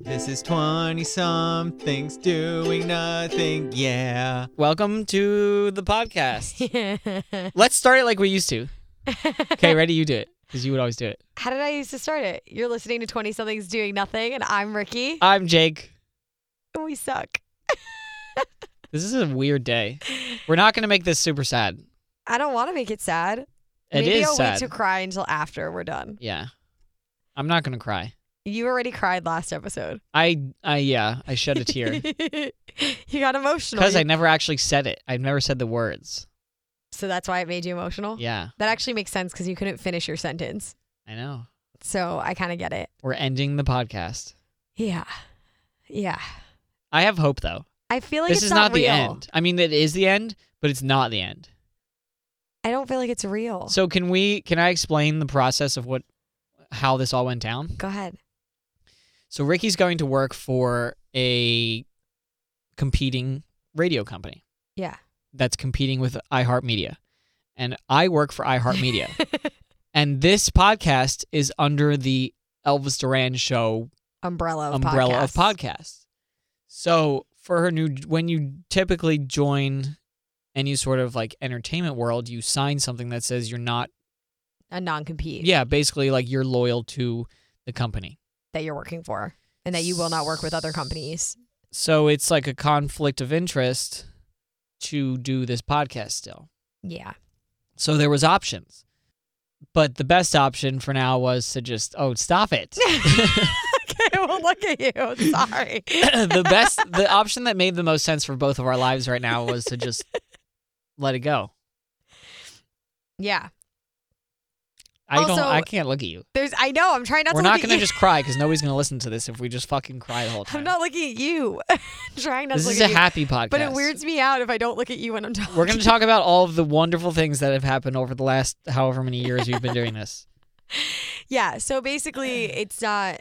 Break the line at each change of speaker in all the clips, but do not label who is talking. This is 20 somethings doing nothing. Yeah.
Welcome to the podcast. Let's start it like we used to. Okay, ready? You do it because you would always do it.
How did I used to start it? You're listening to 20 somethings doing nothing, and I'm Ricky,
I'm Jake.
and we suck.
This is a weird day. We're not going to make this super sad.
I don't want to make it sad.
It is
Maybe I'll
sad.
wait to cry until after we're done.
yeah. I'm not going to cry.
You already cried last episode.
I, I, yeah, I shed a tear
you got emotional.
because I
You-
never actually said it. I've never said the words.
so that's why it made you emotional?
Yeah,
That actually makes sense because you couldn't finish your sentence.
I know.
So I kind of get it.
We're ending the podcast.
Yeah. Yeah.
I have hope though.
I feel like
this
it's
is
not,
the
real.
end. I mean, it is the end, but it's not the end.
I don't feel like it's real.
So can we? Can I explain the process of what, how this all went down?
Go ahead.
So Ricky's going to work for a competing radio company
Yeah.
that's competing with iHeartMedia. And I work for iHeartMedia. and this podcast is under the Elvis Duran show
Umbrella of
umbrella
podcasts.
of podcasts. So for her new when you typically join any sort of like entertainment world, you sign something that says you're not
A non compete
yeah, basically like you're loyal to the company.
that you're working for and that you will not work with other companies.
So it's like a conflict of interest to do this podcast still.
Yeah.
So there was options. But the best option for now was to just oh stop it.
okay. Well, look at you. Sorry.
the best the option that made the most sense for both of our lives right now was to just let it go.
yeah.
I don't
Also-
I can't look at you.
There's. I know. I'm trying not
We're
to.
not
look at
going to
you.
just cry because nobody's going to listen to this if we just fucking cry the whole time.
I'm not looking at you. trying not
this
to look
is a
at you.
happy podcast.
But it weirds me out if I don't look at you when I'm talking.
We're going to talk about all of the wonderful things that have happened over the last however many years we've been doing this.
Yeah. So basically, it's not.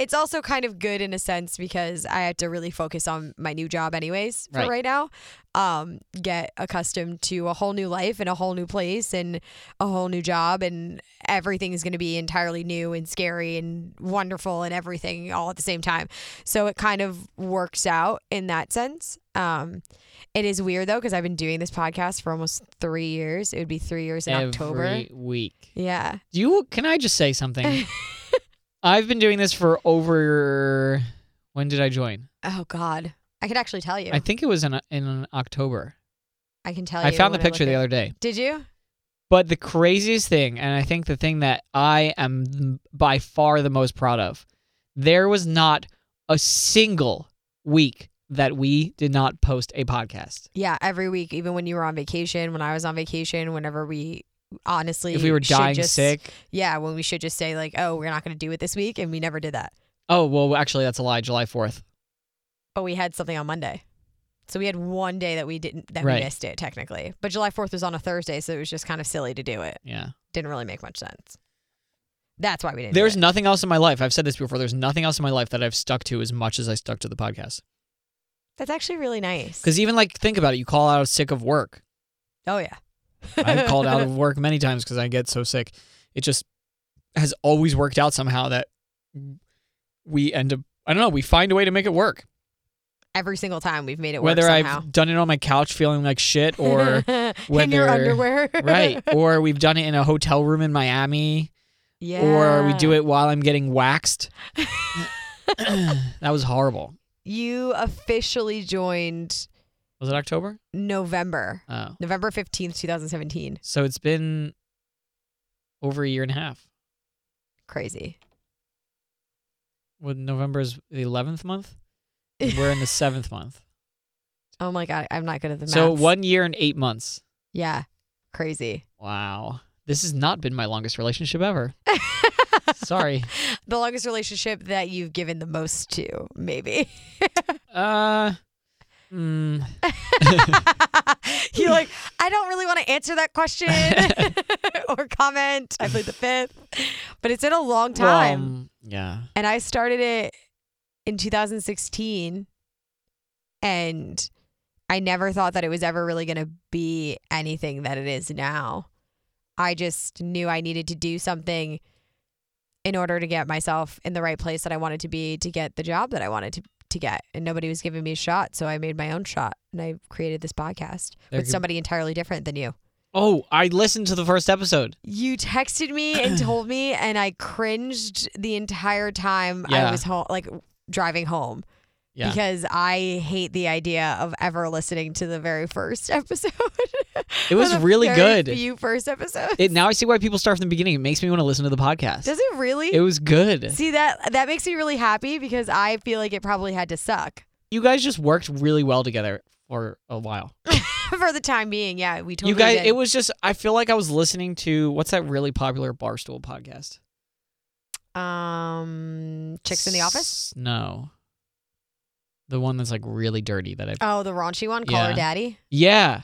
It's also kind of good in a sense because I have to really focus on my new job, anyways, for
Right.
right, now. Um, get accustomed to a whole new life and a whole new place and a whole new job, and everything is going to be entirely new and scary and wonderful and everything all at the same time. So it kind of works out in that sense. Um, it is weird though because I've been doing this podcast for almost three years. It would be three years in
Every
October.
week.
Yeah.
Do you can I just say something? I've been doing this for over when did I join?
Oh God, I could actually tell you.
I think it was in in October.
I can tell you.
I found the
Oh, when
picture
look
the
at-
other day.
Did you?
But the craziest thing, and I think the thing that I am by far the most proud of, there was not a single week that we did not post a podcast.
Yeah, every week, even when you were on vacation, when I was on vacation, whenever we honestly,
If we were
should
dying
just-
sick.
yeah, when we should just say like, oh, we're not going to do it this week, and we never did that.
Oh, well, actually, that's a lie. July 4th.
But we had something on Monday, so we had one day that we didn't that
Right.
we missed it technically. But July Fourth was on a Thursday, so it was just kind of silly to do it.
Yeah.
Didn't really make much sense. That's why we didn't. do
There's
it.
nothing else in my life. I've said this before. There's nothing else in my life that I've stuck to as much as I stuck to the podcast.
That's actually really nice.
Because even like, think about it. You call out sick of work.
oh yeah,
I've called out of work many times because I get so sick. It just has always worked out somehow that we end up. I don't know. We find a way to make it work.
every single time we've made it
whether
work somehow.
I've done it on my couch feeling like shit, or
in your
whether-
underwear,
right, or we've done it in a hotel room in Miami, or we do it while I'm getting waxed. that was horrible.
You officially joined
Was it October?
November,
Oh,
November 15th, 2017.
so it's been over a year and a half.
Crazy.
Well, November is the eleventh month. and We're in the seventh month.
Oh my God. I'm not good at the math.
So one year and eight months.
Yeah. Crazy.
Wow. This has not been my longest relationship ever. Sorry.
The longest relationship that you've given the most to, maybe.
Uh, mm,
You're like, I don't really want to answer that question or comment. I played the fifth, but it's been a long
well,
time.
um, yeah.
and I started it in 2016 and I never thought that it was ever really going to be anything that it is now. I just knew I needed to do something in order to get myself in the right place that I wanted to be to get the job that I wanted to, to get. And nobody was giving me a shot. So I made my own shot and I created this podcast
There
with
could-
somebody entirely different than you.
Oh, I listened to the first episode.
You texted me and told me, and I cringed the entire time
Yeah.
I was home, like driving home.
Yeah.
Because I hate the idea of ever listening to the very first episode.
It was
The
really
very
good.
Few first episodes.
It now I see why people start from the beginning. It makes me want to listen to the podcast.
Does it really?
It was good.
See that that makes me really happy because I feel like it probably had to suck
you guys just worked really well together for a while.
for the time being. Yeah, we totally
you guys,
did.
it was just. I feel like I was listening to what's that really popular barstool podcast?
um chicks in the office.
S- No, the one that's like really dirty. That I
Oh, the raunchy one, Call
Yeah.
Her Daddy.
yeah,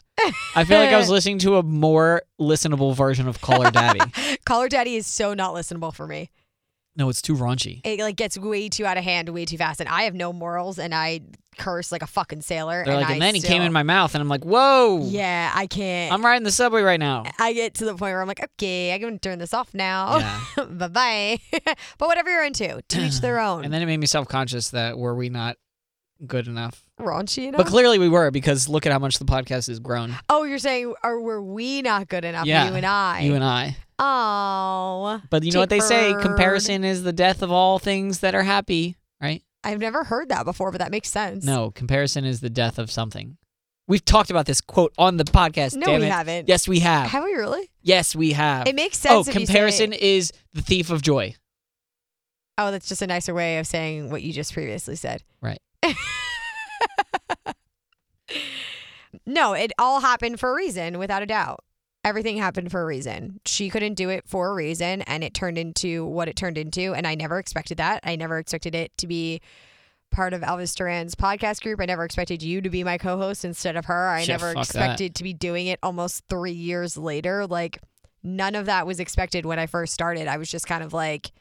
I feel like I was listening to a more listenable version of Caller Daddy.
Call Her Daddy is so not listenable for me.
no, it's too raunchy.
It like gets way too out of hand, way too fast, and I have no morals, and I curse like a fucking sailor.
They're
and
like,
I
and then he
still-
came in my mouth, and I'm like, whoa.
Yeah, I can't.
I'm riding the subway right now.
I get to the point where I'm like, okay, I'm gonna turn this off now.
Yeah.
bye bye. but whatever you're into, to each their own.
And then it made me self conscious that were we not good enough?
raunchy enough.
But clearly we were because look at how much the podcast has grown.
Oh, you're saying are were we not good enough?
Yeah,
You and I.
You and I.
oh,
But you know what they say?
Dickbird.
Comparison is the death of all things that are happy, right?
I've never heard that before, but that makes sense.
No, comparison is the death of something. We've talked about this quote on the podcast.
no,
damn
we
it.
haven't.
Yes, we have.
have we really?
yes, we have.
It makes
oh,
sense. if you say-
comparison is the thief of joy.
oh, that's just a nicer way of saying what you just previously said.
Right.
no, it all happened for a reason, without a doubt. Everything happened for a reason. She couldn't do it for a reason, and it turned into what it turned into. And I never expected that. I never expected it to be part of Elvis Duran's podcast group. I never expected you to be my co host instead of her. I
Yeah, fuck
never
that.
expected to be doing it almost three years later. Like, none of that was expected when I first started. I was just kind of like,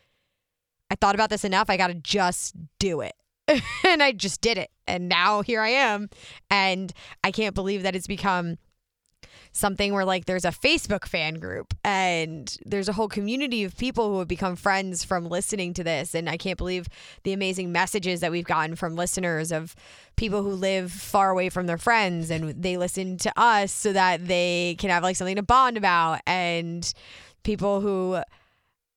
I thought about this enough. I got to just do it. and I just did it. And now here I am. And I can't believe that it's become something where like there's a Facebook fan group and there's a whole community of people who have become friends from listening to this. And I can't believe the amazing messages that we've gotten from listeners of people who live far away from their friends and they listen to us so that they can have like something to bond about and people who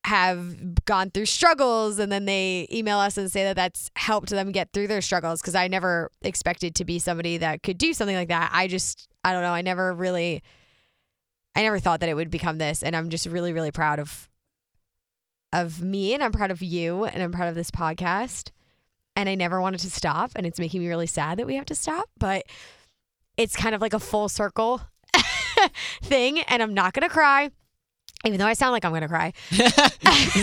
have gone through struggles and then they email us and say that that's helped them get through their struggles because I never expected to be somebody that could do something like that. I just I don't know, I never really I never thought that it would become this and I'm just really really proud of of me and I'm proud of you and I'm proud of this podcast and I never wanted to stop and it's making me really sad that we have to stop, but it's kind of like a full circle thing and I'm not going to cry even though I sound like I'm going to cry.
Isn't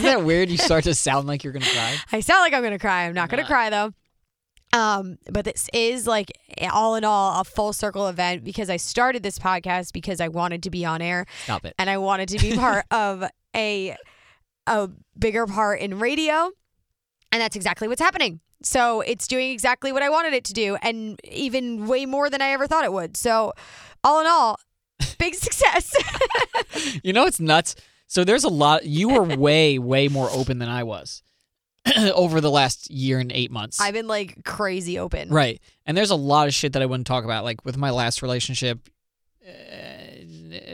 that weird? You start to sound like you're going to cry.
I sound like I'm gonna cry. I'm not gonna
Nah.
cry though. Um, but this is like all in all a full circle event because I started this podcast because I wanted to be on air
Stop it.
and I wanted to be part of a a bigger part in radio, and that's exactly what's happening. So it's doing exactly what I wanted it to do, and even way more than I ever thought it would. So, all in all, big success.
You know it's nuts. So there's a lot. You were way, way more open than I was over the last year and eight months.
I've been like crazy open.
right, and there's a lot of shit that I wouldn't talk about. Like with my last relationship, uh,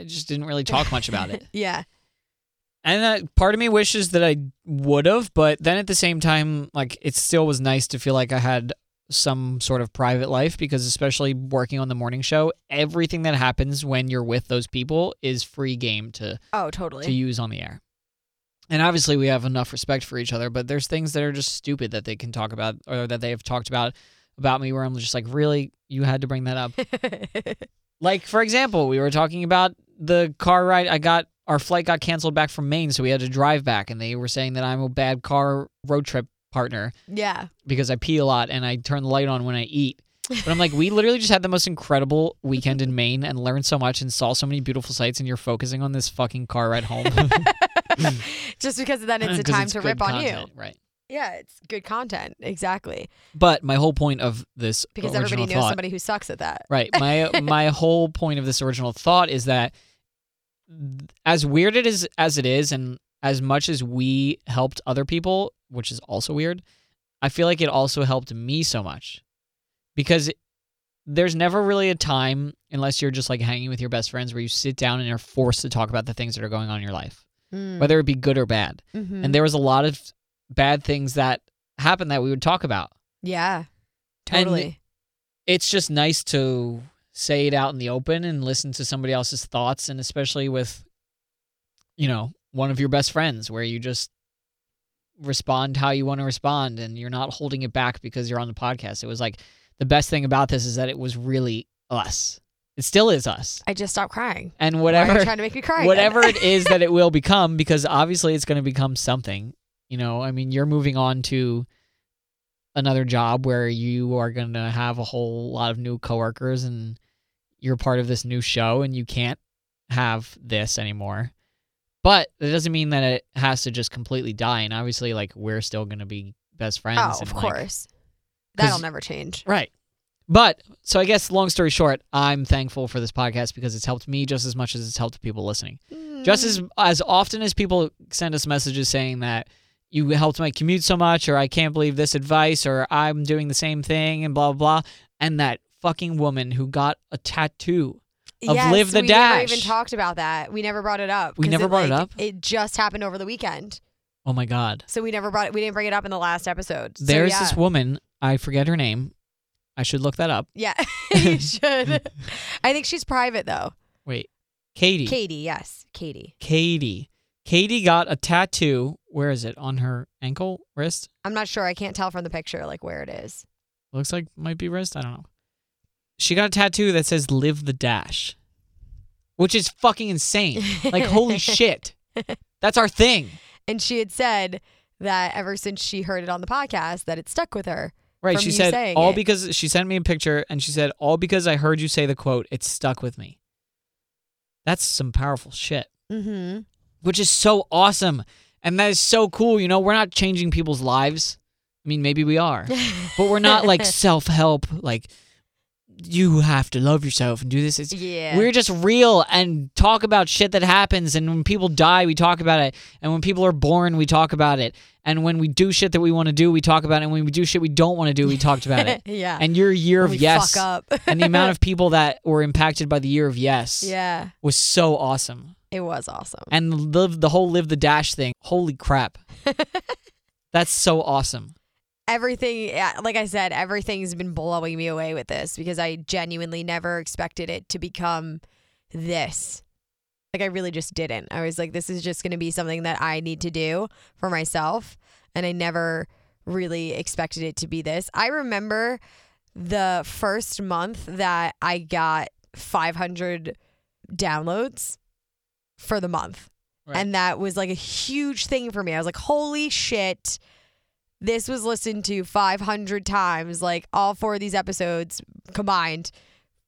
I just didn't really talk much about it.
Yeah.
And that part of me wishes that I would have, but then at the same time, like it still was nice to feel like I had some sort of private life because especially working on the morning show, everything that happens when you're with those people is free game to
Oh, totally.
to use on the air. And obviously, we have enough respect for each other, but there's things that are just stupid that they can talk about or that they have talked about about me where I'm just like, really? You had to bring that up. like, for example, we were talking about the car ride. I got our flight got canceled back from Maine, so we had to drive back, and they were saying that I'm a bad car road trip partner
yeah.
because I pee a lot and I turn the light on when I eat. But I'm like, we literally just had the most incredible weekend in Maine and learned so much and saw so many beautiful sights, and you're focusing on this fucking car ride home.
just because then it's a
Uh, 'Cause
time to
good
rip on
content,
you.
right?
Yeah, it's good content. Exactly.
But my whole point of this
Because
original
everybody knows
thought-
somebody who sucks at that.
right? My my whole point of this original thought is that as weird it is as it is, and as much as we helped other people, which is also weird, I feel like it also helped me so much because there's never really a time, unless you're just like hanging with your best friends, where you sit down and are forced to talk about the things that are going on in your life, whether it be good or bad.
Mm, mm-hmm.
And there was a lot of bad things that happened that we would talk about.
yeah,
And-
totally.
it's just nice to say it out in the open and listen to somebody else's thoughts and especially with you know one of your best friends where you just respond how you want to respond and you're not holding it back because you're on the podcast it was like the best thing about this is that it was really us it still is us
I just stopped crying.
and
Why are you
whatever
trying to make me cry. again?
whatever it is that it will become because obviously it's going to become something you know i mean you're moving on to another job where you are going to have a whole lot of new coworkers and you're part of this new show and you can't have this anymore but that doesn't mean that it has to just completely die and obviously like we're still going to be best friends
Oh,
and,
of
like-
course. That'll
'cause-
never change.
Right. But so I guess long story short, I'm thankful for this podcast because it's helped me just as much as it's helped people listening.
Mm,
Just as as often as people send us messages saying that you helped my commute so much or I can't believe this advice or I'm doing the same thing and blah blah blah and that fucking woman who got a tattoo. of
yes,
Live the
we never even
Dash.
talked about that. We never brought it up.
We
'cause
never brought it
like,
up?
It just happened over the weekend,
Oh my god.
so we never brought it. We didn't bring it up in the last episode. So,
There's
yeah.
this woman, I forget her name. I should look that up.
Yeah, you should. I think she's private though.
Wait.
Katie, yes, Katie.
Katie. Katie got a tattoo. Where is it? On her ankle, wrist?
I'm not sure. I can't tell from the picture like where it is.
Looks like might be wrist. I don't know. She got a tattoo that says "Live the Dash," which is fucking insane. Like holy shit, that's our thing,
And she had said that ever since she heard it on the podcast, that it stuck with her.
right?
From
she
you
said
saying
all
it.
because she sent me a picture and she said all because I heard you say the quote. It stuck with me. That's some powerful shit.
Mm-hmm.
which is so awesome. And that is so cool. You know, we're not changing people's lives. I mean, maybe we are, but we're not like self help, like, you have to love yourself and do this. It's,
Yeah.
We're just real and talk about shit that happens. And when people die, we talk about it. And when people are born, we talk about it. And when we do shit that we want to do, we talk about it. And when we do shit we don't want to do, we talked about it.
yeah.
And your year
When
of
we
yes
fuck up.
and the amount of people that were impacted by the year of yes
yeah,
was so awesome
it was awesome.
and live the whole live the dash thing. Holy crap. That's so awesome.
everything yeah, like i said everything's been blowing me away with this because i genuinely never expected it to become this like i really just didn't i was like this is just going to be something that i need to do for myself and i never really expected it to be this i remember the first month that i got 500 downloads for the month
Right.
and that was like a huge thing for me i was like holy shit this was listened to 500 times, like all four of these episodes combined,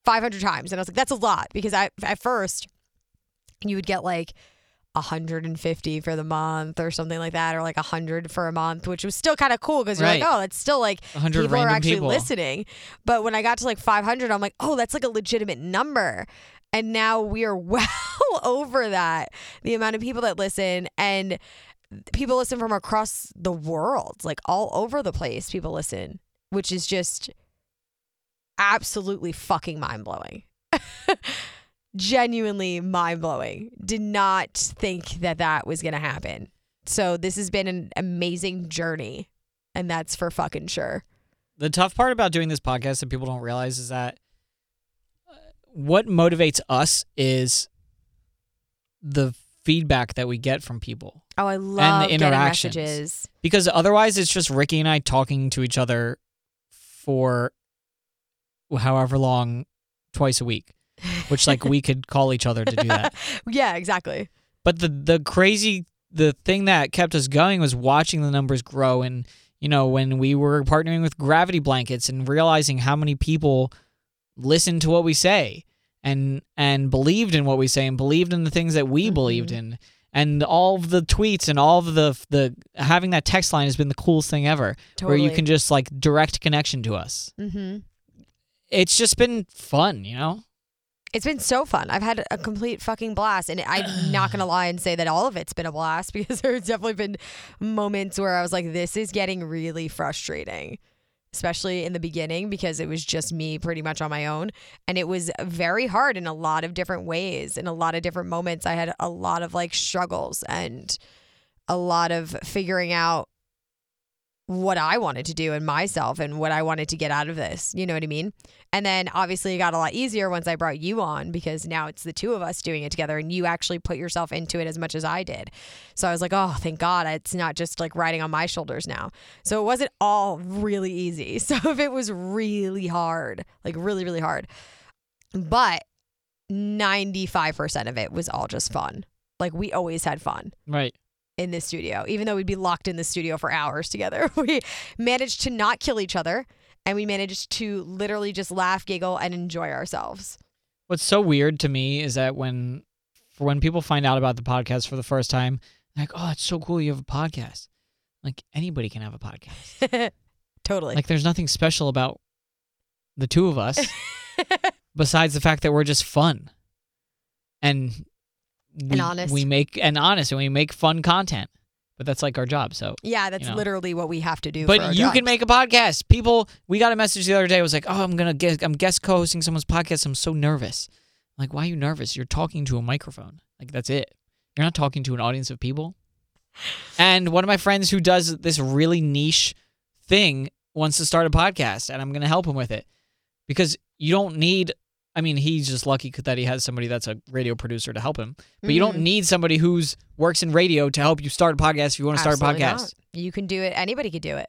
500 times. And I was like, that's a lot because I, at first, you would get like 150 for the month or something like that, or like 100 for a month, which was still kind of cool because you're
Right.
like, oh, that's still like
100
people are
random
actually
people.
listening. But when I got to like 500, I'm like, oh, that's like a legitimate number. And now we are well over that, the amount of people that listen. And people listen from across the world, like all over the place, people listen, which is just absolutely fucking mind blowing. Genuinely mind blowing. Did not think that that was going to happen. So this has been an amazing journey. And that's for fucking sure.
The tough part about doing this podcast that people don't realize is that uh, what motivates us is the feedback that we get from people.
Oh, I love getting
interactions.
messages.
Because otherwise, it's just Ricky and I talking to each other for however long, twice a week, which like we could call each other to do that.
Yeah, exactly.
but the the crazy the thing that kept us going was watching the numbers grow and you know when we were partnering with gravity blankets and realizing how many people listened to what we say and and believed in what we say and believed in the things that we
Mhm.
believed in and all of the tweets and all of the the having that text line has been the coolest thing ever
Totally.
where you can just like direct connection to us
Mm-hmm.
it's just been fun you know
It's been so fun. I've had a complete fucking blast. And I'm not going to lie and say that all of it's been a blast because there's definitely been moments where I was like, this is getting really frustrating, especially in the beginning because it was just me pretty much on my own. And it was very hard in a lot of different ways, in a lot of different moments. I had a lot of like struggles and a lot of figuring out what I wanted to do in myself and what I wanted to get out of this. You know what I mean? And then obviously it got a lot easier once I brought you on because now it's the two of us doing it together and you actually put yourself into it as much as I did. So I was like, oh, thank God it's not just like riding on my shoulders now. So it wasn't all really easy. Some of it was really hard, like really, really hard. But 95% of it was all just fun. Like we always had fun
Right.
in this studio, even though we'd be locked in the studio for hours together. We managed to not kill each other and we managed to literally just laugh, giggle, and enjoy ourselves.
What's so weird to me is that when for when people find out about the podcast for the first time, they're like, "Oh, it's so cool you have a podcast." Like anybody can have a podcast.
totally.
Like there's nothing special about the two of us besides the fact that we're just fun. And we,
honest.
we make and honest and we make fun content. But that's like our job, so
yeah, that's
you know.
literally what we have to do. for our
But you
jobs.
can make a podcast. People, we got a message the other day. It was like, "Oh, I'm gonna guess, I'm guest co-hosting someone's podcast. I'm so nervous." I'm like, why are you nervous? You're talking to a microphone. Like that's it. You're not talking to an audience of people. And one of my friends who does this really niche thing wants to start a podcast, and I'm gonna help him with it because you don't need. I mean, he's just lucky that he has somebody that's a radio producer to help him. But you don't
Mhm.
need somebody who's works in radio to help you start a podcast if you want to start a
Absolutely
podcast.
not. You can do it. Anybody could do it.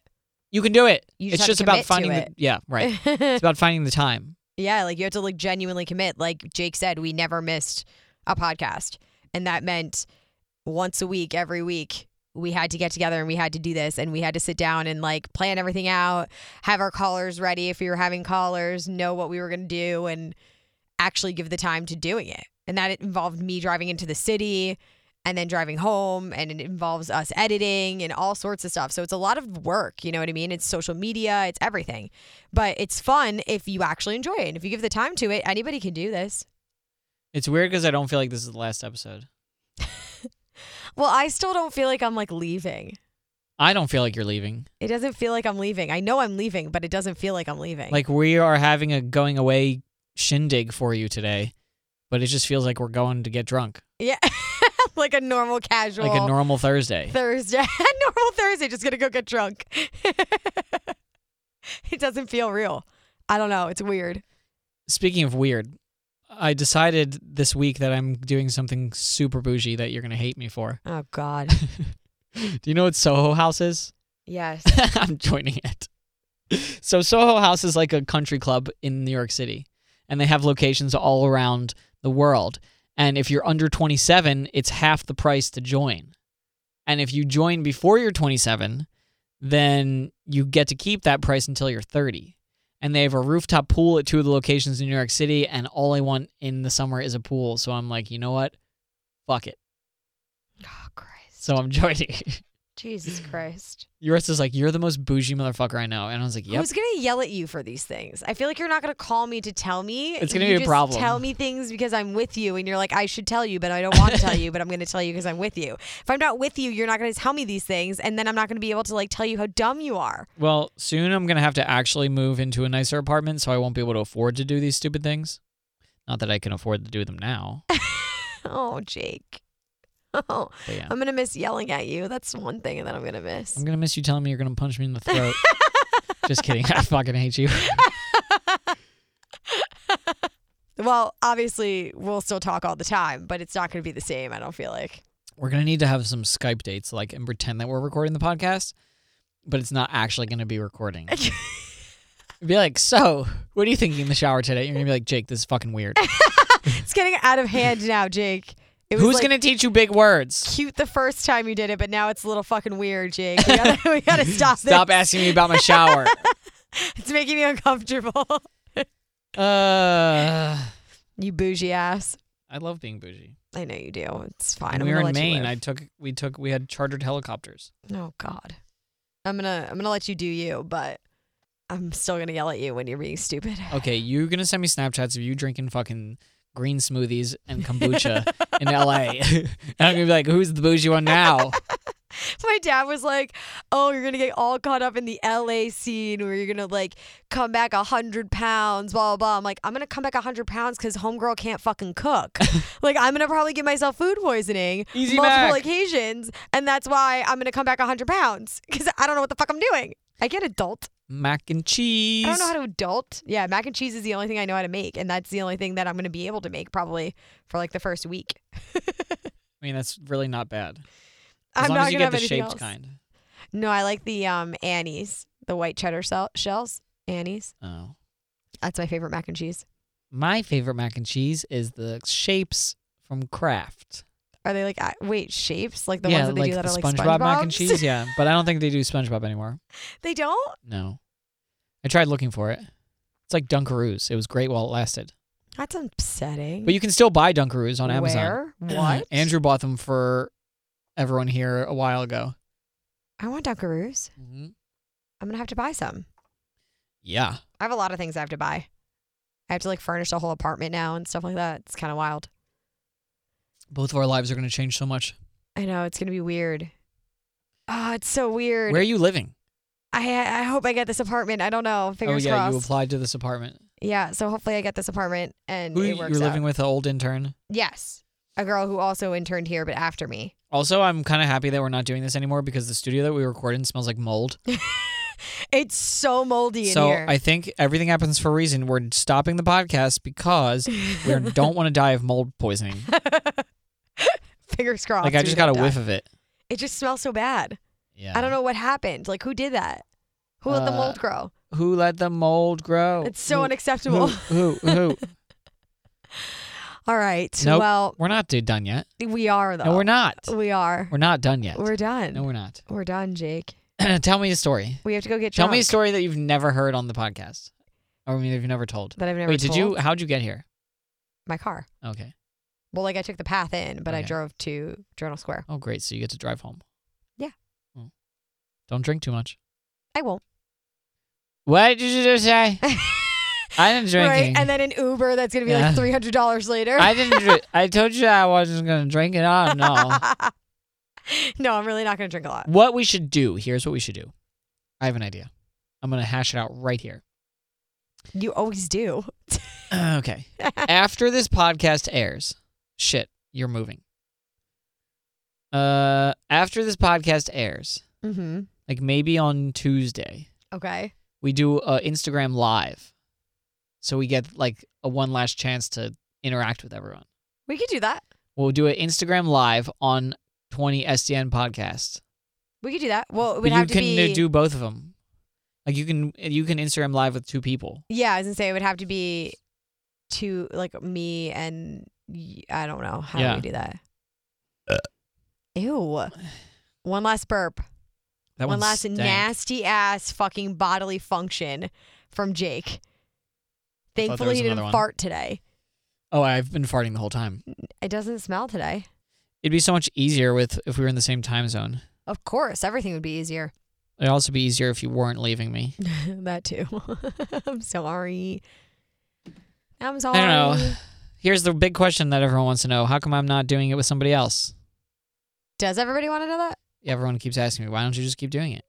You can do it.
You
it's
just have to
just about
commit to
finding
it.
the yeah, right. it's about finding the time.
yeah, like you have to like genuinely commit. Like Jake said, we never missed a podcast. And that meant once a week, every week, we had to get together and we had to do this and we had to sit down and like plan everything out, have our callers ready if we were having callers, know what we were going to do and actually give the time to doing it. And that involved me driving into the city and then driving home and it involves us editing and all sorts of stuff. So it's a lot of work, you know what I mean? It's social media, it's everything. But it's fun if you actually enjoy it. And if you give the time to it, anybody can do this.
It's weird because I don't feel like this is the last episode.
Well, I still don't feel like I'm like leaving.
I don't feel like you're leaving.
It doesn't feel like I'm leaving. I know I'm leaving, but it doesn't feel like I'm leaving.
Like we are having a going away shindig for you today, but it just feels like we're going to get drunk,
yeah, like a normal casual
like a normal Thursday.
Thursday, normal Thursday. Just gonna go get drunk. it doesn't feel real. I don't know. It's weird.
Speaking of weird, I decided this week that I'm doing something super bougie that you're gonna hate me for.
Oh God.
Do you know what Soho House is?
Yes.
I'm joining it. So Soho House is like a country club in New York City, and they have locations all around the world. And if you're under 27, it's half the price to join. And if you join before you're 27, then you get to keep that price until you're 30. And they have a rooftop pool at two of the locations in New York City, and all I want in the summer is a pool. So I'm like, you know what? Fuck it.
Oh Christ.
So I'm joining.
Jesus Christ.
Yours is like, you're the most bougie motherfucker I know. And I was like, yep.
Who's gonna yell at you for these things? I feel like you're not gonna call me to tell me.
It's gonna
You
be a
just
problem.
Tell me things because I'm with you, and you're like, I should tell you, but I don't want to tell you, but I'm gonna tell you because I'm with you. If I'm not with you, you're not gonna tell me these things, and then I'm not gonna be able to like tell you how dumb you are.
Well, soon I'm going to have to actually move into a nicer apartment, so I won't be able to afford to do these stupid things. Not that I can afford to do them now. But
Oh, Jake. Oh,
yeah.
I'm gonna miss yelling at you. That's one thing that I'm gonna miss.
I'm going to miss you telling me you're going to punch me in the throat. Just kidding. I fucking hate you.
Well, obviously, we'll still talk all the time, but it's not gonna be the same. I don't feel like.
We're going to need to have some Skype dates like and pretend that we're recording the podcast, but it's not actually going to be recording. be like, "So, what are you thinking in the shower today?" You're going to be like, "Jake, this is fucking weird."
It's getting out of hand now, Jake. It was
Who's
like-
going to teach you big words?
cute the first time you did it, but now it's a little fucking weird, Jake. We gotta, we gotta stop,
Stop
this.
asking me about my shower.
It's making me uncomfortable.
uh
you bougie ass.
I love being bougie.
I know you do. It's fine.
When
I'm
we were
gonna
in
let you
Maine. I
live.
took we took we had chartered helicopters.
Oh God. I'm gonna I'm gonna let you do you, but I'm still gonna yell at you when you're being stupid.
Oh, Okay, you're gonna send me Snapchats of you drinking fucking green smoothies and kombucha in LA. and I'm gonna be like, who's the bougie one now?
My dad was like, "Oh, you're gonna get all caught up in the LA scene, where you're gonna like come back a hundred pounds, blah blah blah." I'm like, "I'm gonna come back a hundred pounds because homegirl can't fucking cook. like, I'm gonna probably give myself food poisoning
Easy
multiple
Mac.
occasions, and that's why I'm gonna come back a hundred pounds because I don't know what the fuck I'm doing. I get adult.
Mac and cheese.
I don't know how to adult. Yeah, mac and cheese is the only thing I know how to make, and that's the only thing that I'm gonna be able to make probably for like the first week.
I mean, that's really not bad. As
I'm
long
not
as you
gonna
get
have
the
anything
shaped
else.
kind.
No, I like the um Annie's, the white cheddar shell- shells. Annie's.
Oh.
That's my favorite mac and cheese.
My favorite mac and cheese is the shapes from Kraft.
Are they like uh, wait shapes like the
yeah,
ones that they
like
do that
the
are like
SpongeBob mac and
SpongeBob's?
cheese. Yeah, but I don't think they do SpongeBob anymore.
they don't.
No, I tried looking for it. It's like Dunkaroos. It was great while it lasted,
That's upsetting.
but you can still buy Dunkaroos on Amazon.
Where? What?
Andrew bought them for everyone here a while ago.
I want Dunkaroos.
Mm-hmm.
I'm gonna have to buy some.
Yeah,
I have a lot of things I have to buy. I have to like furnish a whole apartment now and stuff like that. It's kind of wild.
both of our lives are going to change so much.
I know it's gonna be weird. Oh, it's so weird.
Where are you living?
I I hope I get this apartment. I don't know. Fingers
oh yeah, you
crossed.
applied to this apartment.
yeah. So hopefully I get this apartment and
Who
it
you
works
were
out.
living with? An old intern.
Yes. A girl who also interned here, but after me.
Also, I'm kind of happy that we're not doing this anymore because the studio that we record in smells like mold.
It's so moldy in
so
here.
I think everything happens for a reason. We're stopping the podcast because we don't want to die of mold poisoning.
Fingers crossed.
like I
we
just got
don't
a
die.
whiff of it.
It just smells so bad.
Yeah.
I don't know what happened. Like who did that? Who let the
Uh,
mold grow?
who let the mold grow.
It's so
Who-
unacceptable.
Who? Who? who?
All right.
Nope.
Well,
we're not dude, done yet.
we are though.
No, we're not.
We are.
We're not done yet.
We're done.
no, we're not.
We're done, Jake.
Tell me a story.
We have to go get
Tell
drunk.
me a story that you've never heard on the podcast, or I mean, that you've never told.
that I've never
Wait, did you?
told.
How'd you get here?
My car.
Okay.
Well, like I took the path in, but I
Okay.
drove to Journal Square.
Oh, great. So you get to drive home.
Yeah.
Oh. Don't drink too much.
I won't.
What did you just say? I didn't drink.
Right. And then an Uber that's gonna be
Yeah.
like three hundred dollars later.
I didn't. Dri- I told you I wasn't gonna drink it. Oh no.
no, I'm really not gonna drink a lot.
what we should do? Here's what we should do. I have an idea. I'm gonna hash it out right here.
You always do.
Uh, okay. After this podcast airs, shit, you're moving. Uh, after this podcast airs,
Mm-hmm.
like maybe on Tuesday,
Okay.
we do a Instagram live, so we get like a one last chance to interact with everyone.
We could do that.
We'll do an Instagram live on 20 SDN podcast.
We could do that. Well, it
But
would
you
have to
can uh,
be.
do both of them. Like you can you can Instagram live with two people.
yeah, I was gonna say it would have to be two, like me and y- I don't know how
Yeah.
do we do that. Ew. One last burp.
That
One
one
last
stank.
nasty ass fucking bodily function from Jake.
I thought there
Thankfully,
was
he
another
didn't
one.
fart today.
Oh, I've been farting the whole time.
It doesn't smell today.
It'd be so much easier with if we were in the same time zone.
Of course, everything would be easier.
It'd also be easier if you weren't leaving me.
that too. I'm sorry. I'm sorry.
I don't know. Here's the big question that everyone wants to know: How come I'm not doing it with somebody else?
Does everybody want to know that?
Everyone keeps asking me, why don't you just keep doing it?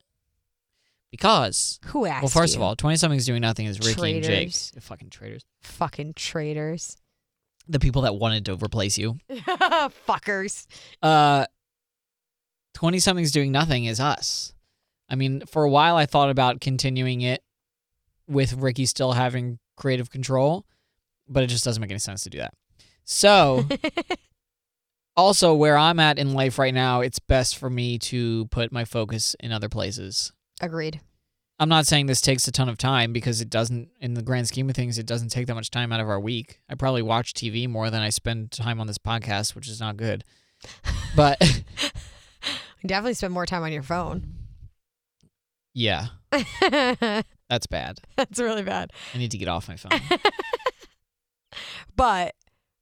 Because,
Who asked?
well, first of
you?
all, twenty something's doing nothing is Ricky and Jake,
Traitors.
the fucking traitors,
fucking traitors,
the people that wanted to replace you.
fuckers.
Uh, twenty something's doing nothing is us. I mean, for a while I thought about continuing it with Ricky still having creative control, but it just doesn't make any sense to do that. So, also where I'm at in life right now, it's best for me to put my focus in other places.
Agreed.
I'm not saying this takes a ton of time because it doesn't, in the grand scheme of things, it doesn't take that much time out of our week. I probably watch TV more than I spend time on this podcast, which is not good. But
You definitely spend more time on your phone.
yeah,
That's
that's bad.
really bad.
I need to get off my phone.
But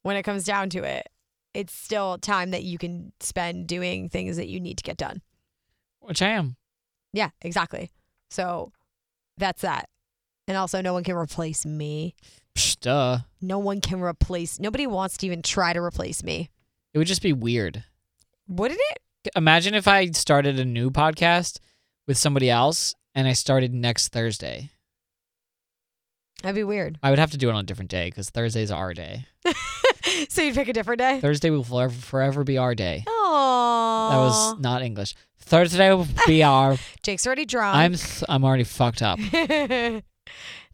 when it comes down to it, it's still time that you can spend doing things that you need to get done.
Which I am.
Yeah, exactly. So that's that. And also, no one can replace me.
Psh, duh.
No one can replace. Nobody wants to even try to replace me.
It would just be weird.
Wouldn't it?
Imagine if I started a new podcast with somebody else and I started next Thursday.
That'd be weird.
I would have to do it on a different day because Thursday's our day.
so you'd pick a different day.
Thursday will forever, forever be our day.
Oh,
That was not English. Thursday will be our.
Jake's already drunk.
I'm s- I'm already fucked up.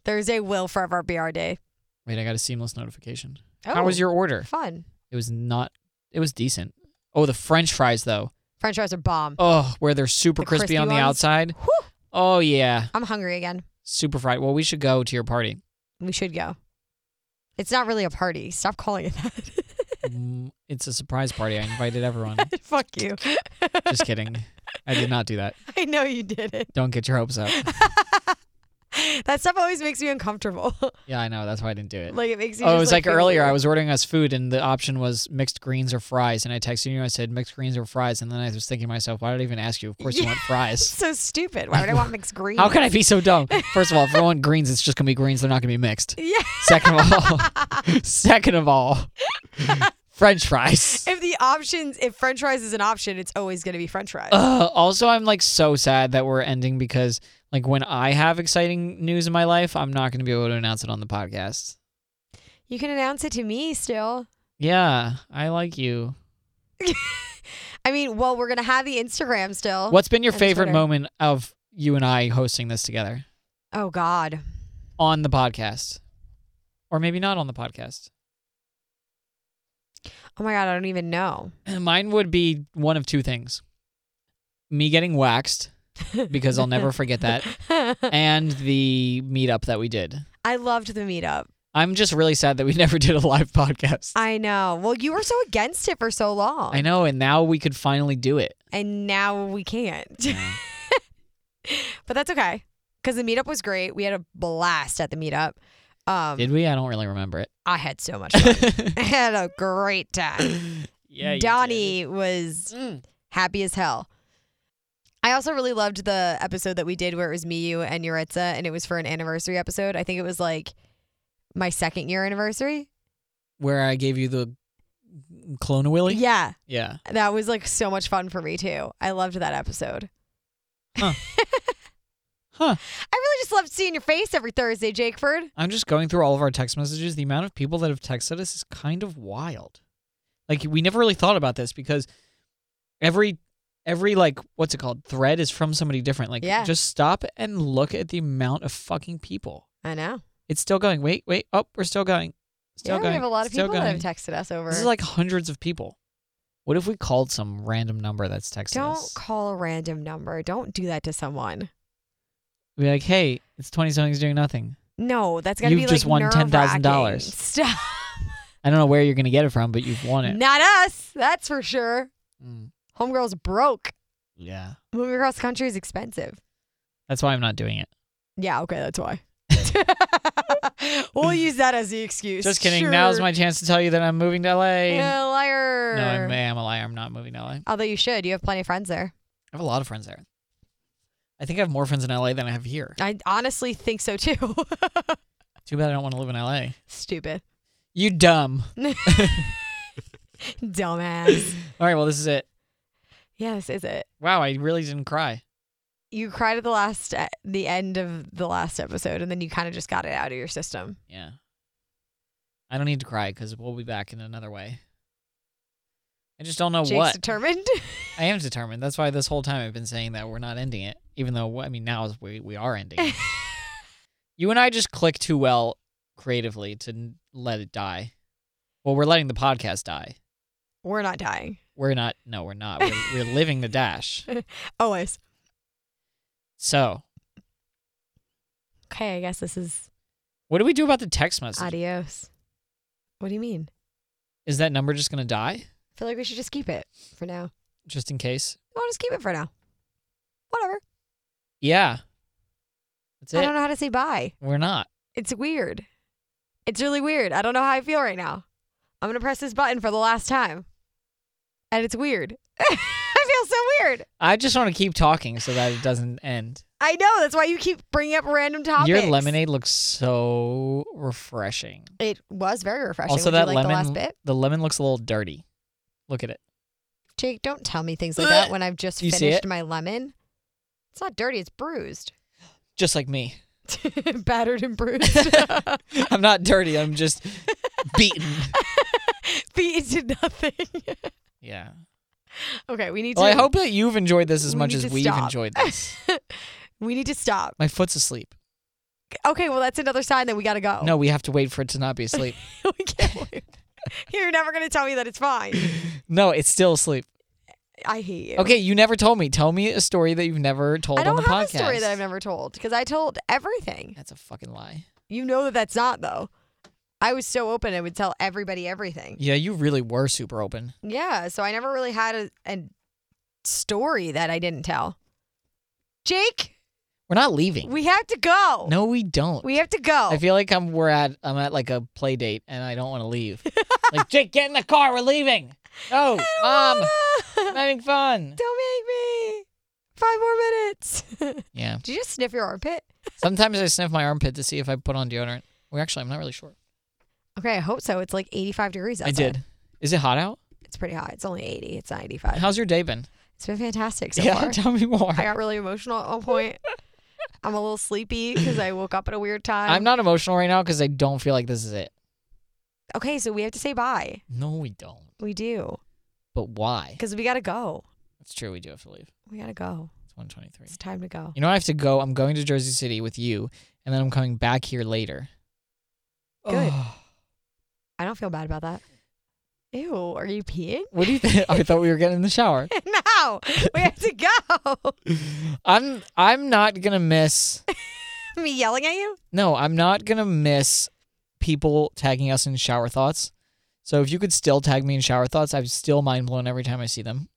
Thursday will forever be our day.
Wait, I got a seamless notification.
Oh,
How was your order?
fun?
It was not. It was decent. Oh, the French fries though.
French fries are bomb.
Oh, where they're super
The
crispy,
crispy
on the
ones?
outside.
Whew.
Oh yeah,
I'm hungry again.
super fried. Well, we should go to your party.
We should go. It's not really a party. Stop calling it that.
Mm, it's a surprise party. I invited everyone.
Fuck you.
Just kidding. I did not do that.
I know you did it.
Don't get your hopes up.
that stuff always makes me uncomfortable.
Yeah, I know. That's why I didn't do it.
like it makes you.
Oh, it
just,
was like
feel
earlier. I
weird.
was ordering us food, and the option was mixed greens or fries. And I texted you. I said mixed greens or fries, and then I was thinking to myself, why did I even ask you? Of course, you want fries.
so stupid. Why would I want mixed green?
How could I be so dumb? First of all, if I want greens, it's just gonna be greens. They're not gonna be mixed.
Yeah.
Second of all, second of all, French fries.
If the options, if French fries is an option, it's always going to be French fries.
Ugh, also, I'm like so sad that we're ending because like when I have exciting news in my life, I'm not going to be able to announce it on the podcast.
you can announce it to me still.
Yeah, I like you.
I mean, well, we're going to have the Instagram still.
What's been your
Oh, and
favorite
Twitter.
moment of you and I hosting this together
Oh God,
on the podcast, or maybe not on the podcast?
oh my God, I don't even know.
Mine would be one of two things: me getting waxed because I'll never forget that, and the meetup that we did.
I loved the meetup.
I'm just really sad that we never did a live podcast.
I know. Well, you were so against it for so long,
I know, and now we could finally do it.
and now we can't. but that's okay because the meetup was great. We had a blast at the meetup. Um,
Did we? I don't really remember it.
I had so much fun. I had a great time.
yeah,
Donnie was
Mm.
happy as hell. I also really loved the episode that we did where it was me, you, and Yuritsa, and it was for an anniversary episode. I think it was like my second year anniversary.
Where I gave you the Kelowna Willie?
Yeah,
Yeah.
that was like so much fun for me too. I loved that episode.
Huh. Huh.
I really just loved seeing your face every Thursday, Jakeford.
I'm just going through all of our text messages. The amount of people that have texted us is kind of wild. Like we never really thought about this because every every like what's it called thread is from somebody different. Like
Yeah.
just stop and look at the amount of fucking people.
I know.
It's still going. Wait, wait. Oh, we're still going. Still
yeah,
going.
we have a lot of
still
people
going.
that have texted us over.
This is like hundreds of people. What if we called some random number that's texting
Don't
us?
call a random number. Don't do that to someone.
Be like, hey, it's twenty something's doing nothing.
No, that's gotta
You've
be
just
like
won
nerve-wracking.
$10,000.
Stop.
I don't know where you're gonna get it from, but you've won it.
Not us. That's for sure.
Mm,
Homegirl's broke.
yeah,
Moving across country is expensive.
that's why I'm not doing it.
Yeah, okay, that's why. we'll use that as the excuse.
Just kidding.
Sure.
Now's my chance to tell you that I'm moving to LA.
Yeah, liar.
No, I'm, I'm a liar. I'm not moving to LA. I
Although you should. You have plenty of friends there.
have a lot of friends there. I think I have more friends in LA than I have here.
I honestly think so too.
Too bad I don't want to live in LA.
Stupid.
You dumb.
Dumbass.
All right, well this is it.
yes, is it?
Wow, I really didn't cry.
You cried at the last, at the end of the last episode, and then you kind of just got it out of your system.
Yeah. I don't need to cry because we'll be back in another way. I just don't know
Jake's
what.
determined.
I am determined. That's why this whole time I've been saying that we're not ending it, even though I mean now is- we we are ending. it. you and I just click too well creatively to n- let it die. Well, we're letting the podcast die.
We're not dying.
We're not. No, we're not. We're, we're living the dash.
Always.
So,
Okay, I guess this is
what do we do about the text message?
adios. What do you mean?
Is that number just gonna die,
I feel like we should just keep it for now.
just in case?
I'll just keep it for now. Whatever.
Yeah. That's
I
it.
don't know how to say bye.
We're not.
It's weird. It's really weird. I don't know how I feel right now. I'm gonna press this button for the last time, and it's weird. I feel so weird.
I just want to keep talking so that it doesn't end.
I know. That's why you keep bringing up random topics.
Your lemonade looks so refreshing.
It was very refreshing.
Also,
Would you
that
like
lemon,
the last bit,
the lemon looks a little dirty. Look at it.
Jake. Don't tell me things like that when I've just
You see
finished
it?
my lemon. It's not dirty. It's bruised,
Just like me.
battered and bruised,
I'm not dirty. I'm just beaten.
beat into nothing.
Yeah.
okay, we need
Well,
to.
I hope that you've enjoyed this as
We
much
need
as
to
we've
stop.
enjoyed this.
we need to stop.
My foot's asleep.
Okay, well that's another sign that we gotta go.
No, we have to wait for it to not be asleep.
we can't. leave. You're never gonna tell me that it's fine.
no, it's still asleep.
I hate you.
Okay, you never told me. Tell me a story that you've never told
I don't
on the
have
podcast.
a story that I've never told because I told everything.
That's a fucking lie.
You know that that's not though. I was so open; I would tell everybody everything.
Yeah, you really were super open.
Yeah, so I never really had a, a story that I didn't tell. Jake,
We're not leaving.
we have to go.
no, we don't.
we have to go.
I feel like I'm we're at I'm at like a play date and I don't want to leave. like Jake, get in the car. We're leaving. No, mom, I'm
Wanna-
having fun.
Don't make me. Five more minutes.
Yeah.
Did you just sniff your armpit?
Sometimes I sniff my armpit to see if I put on deodorant. Well, actually, I'm not really sure.
Okay, I hope so. It's like 85 degrees outside.
I did. Is it hot out?
It's pretty hot. It's only 80. It's not 85.
How's your day been?
It's been fantastic so
yeah,
far.
tell me more.
I got really emotional at one point. I'm a little sleepy because I woke up at a weird time.
I'm not emotional right now because I don't feel like this is it.
okay, so we have to say bye.
No, we don't.
We do
But why?
because we gotta go.
It's true. We do have to leave.
We gotta go.
It's 123.
It's time to go.
You know, I have to go. I'm going to Jersey City with you, and then I'm coming back here later. Oh,
Good. I don't feel bad about that. Ew, are you peeing?
What do you think? I thought we were getting in the shower.
no, we have to go.
I'm I'm not gonna miss.
Me yelling at you?
No, I'm not gonna miss people tagging us in shower thoughts. So if you could still tag me in shower thoughts, I'm still mind blown every time I see them.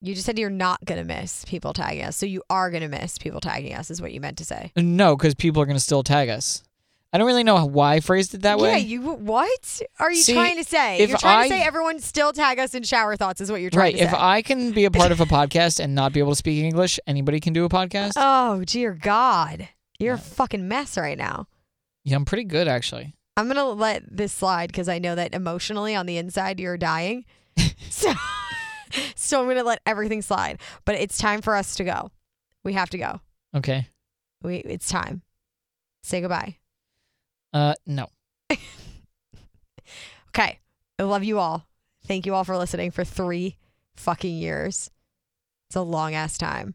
You just said you're not gonna miss people tagging us, so you are gonna miss people tagging us, is what you meant to say.
No, because people are gonna still tag us. I don't really know why I phrased it that
yeah,
way.
you. What are you
See,
trying to say?
if
You're trying to
I-
say everyone still tag us in shower thoughts, is what you're trying
right.
to
If
say.
I can be a part of a podcast and not be able to speak English, anybody can do a podcast.
Oh dear God, you're a
Yeah.
fucking mess right now.
yeah, I'm pretty good actually.
I'm gonna let this slide because I know that emotionally on the inside you're dying. so, so I'm gonna let everything slide. But it's time for us to go. We have to go.
Okay.
We it's time. Say goodbye.
Uh, no.
Okay. I love you all. Thank you all for listening for three fucking years. It's a long ass time.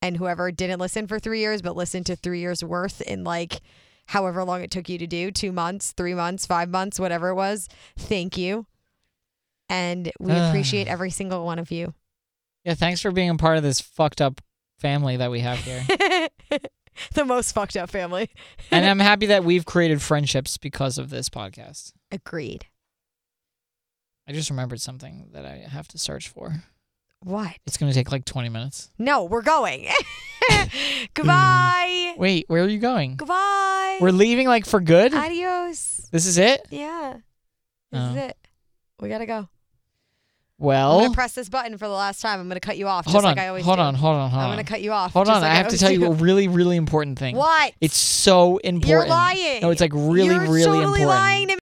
And whoever didn't listen for three years, but listened to three years worth in like however long it took you to do two months, three months, five months, whatever it was thank you. And we
Ah.
appreciate every single one of you.
Yeah, thanks for being a part of this fucked up family that we have here.
the most fucked up family.
and I'm happy that we've created friendships because of this podcast.
Agreed.
I just remembered something that I have to search for.
What?
It's going to take like 20 minutes.
No, we're going. Goodbye.
Wait, where are you going?
Goodbye.
We're leaving like for good?
Adios.
This is it?
Yeah. This is
Oh.
it. We gotta go. I'm
Well,
gonna press this button for the last time. I'm gonna cut you off, just
hold on.
like I always
Hold
do.
on, hold on, hold
I'm
on.
gonna cut you off.
Hold
just
on,
like
I have to
always
tell
do.
you a really really important thing.
what?
It's so important.
You're lying.
No, it's like really
You're
really
totally
important.
lying to me.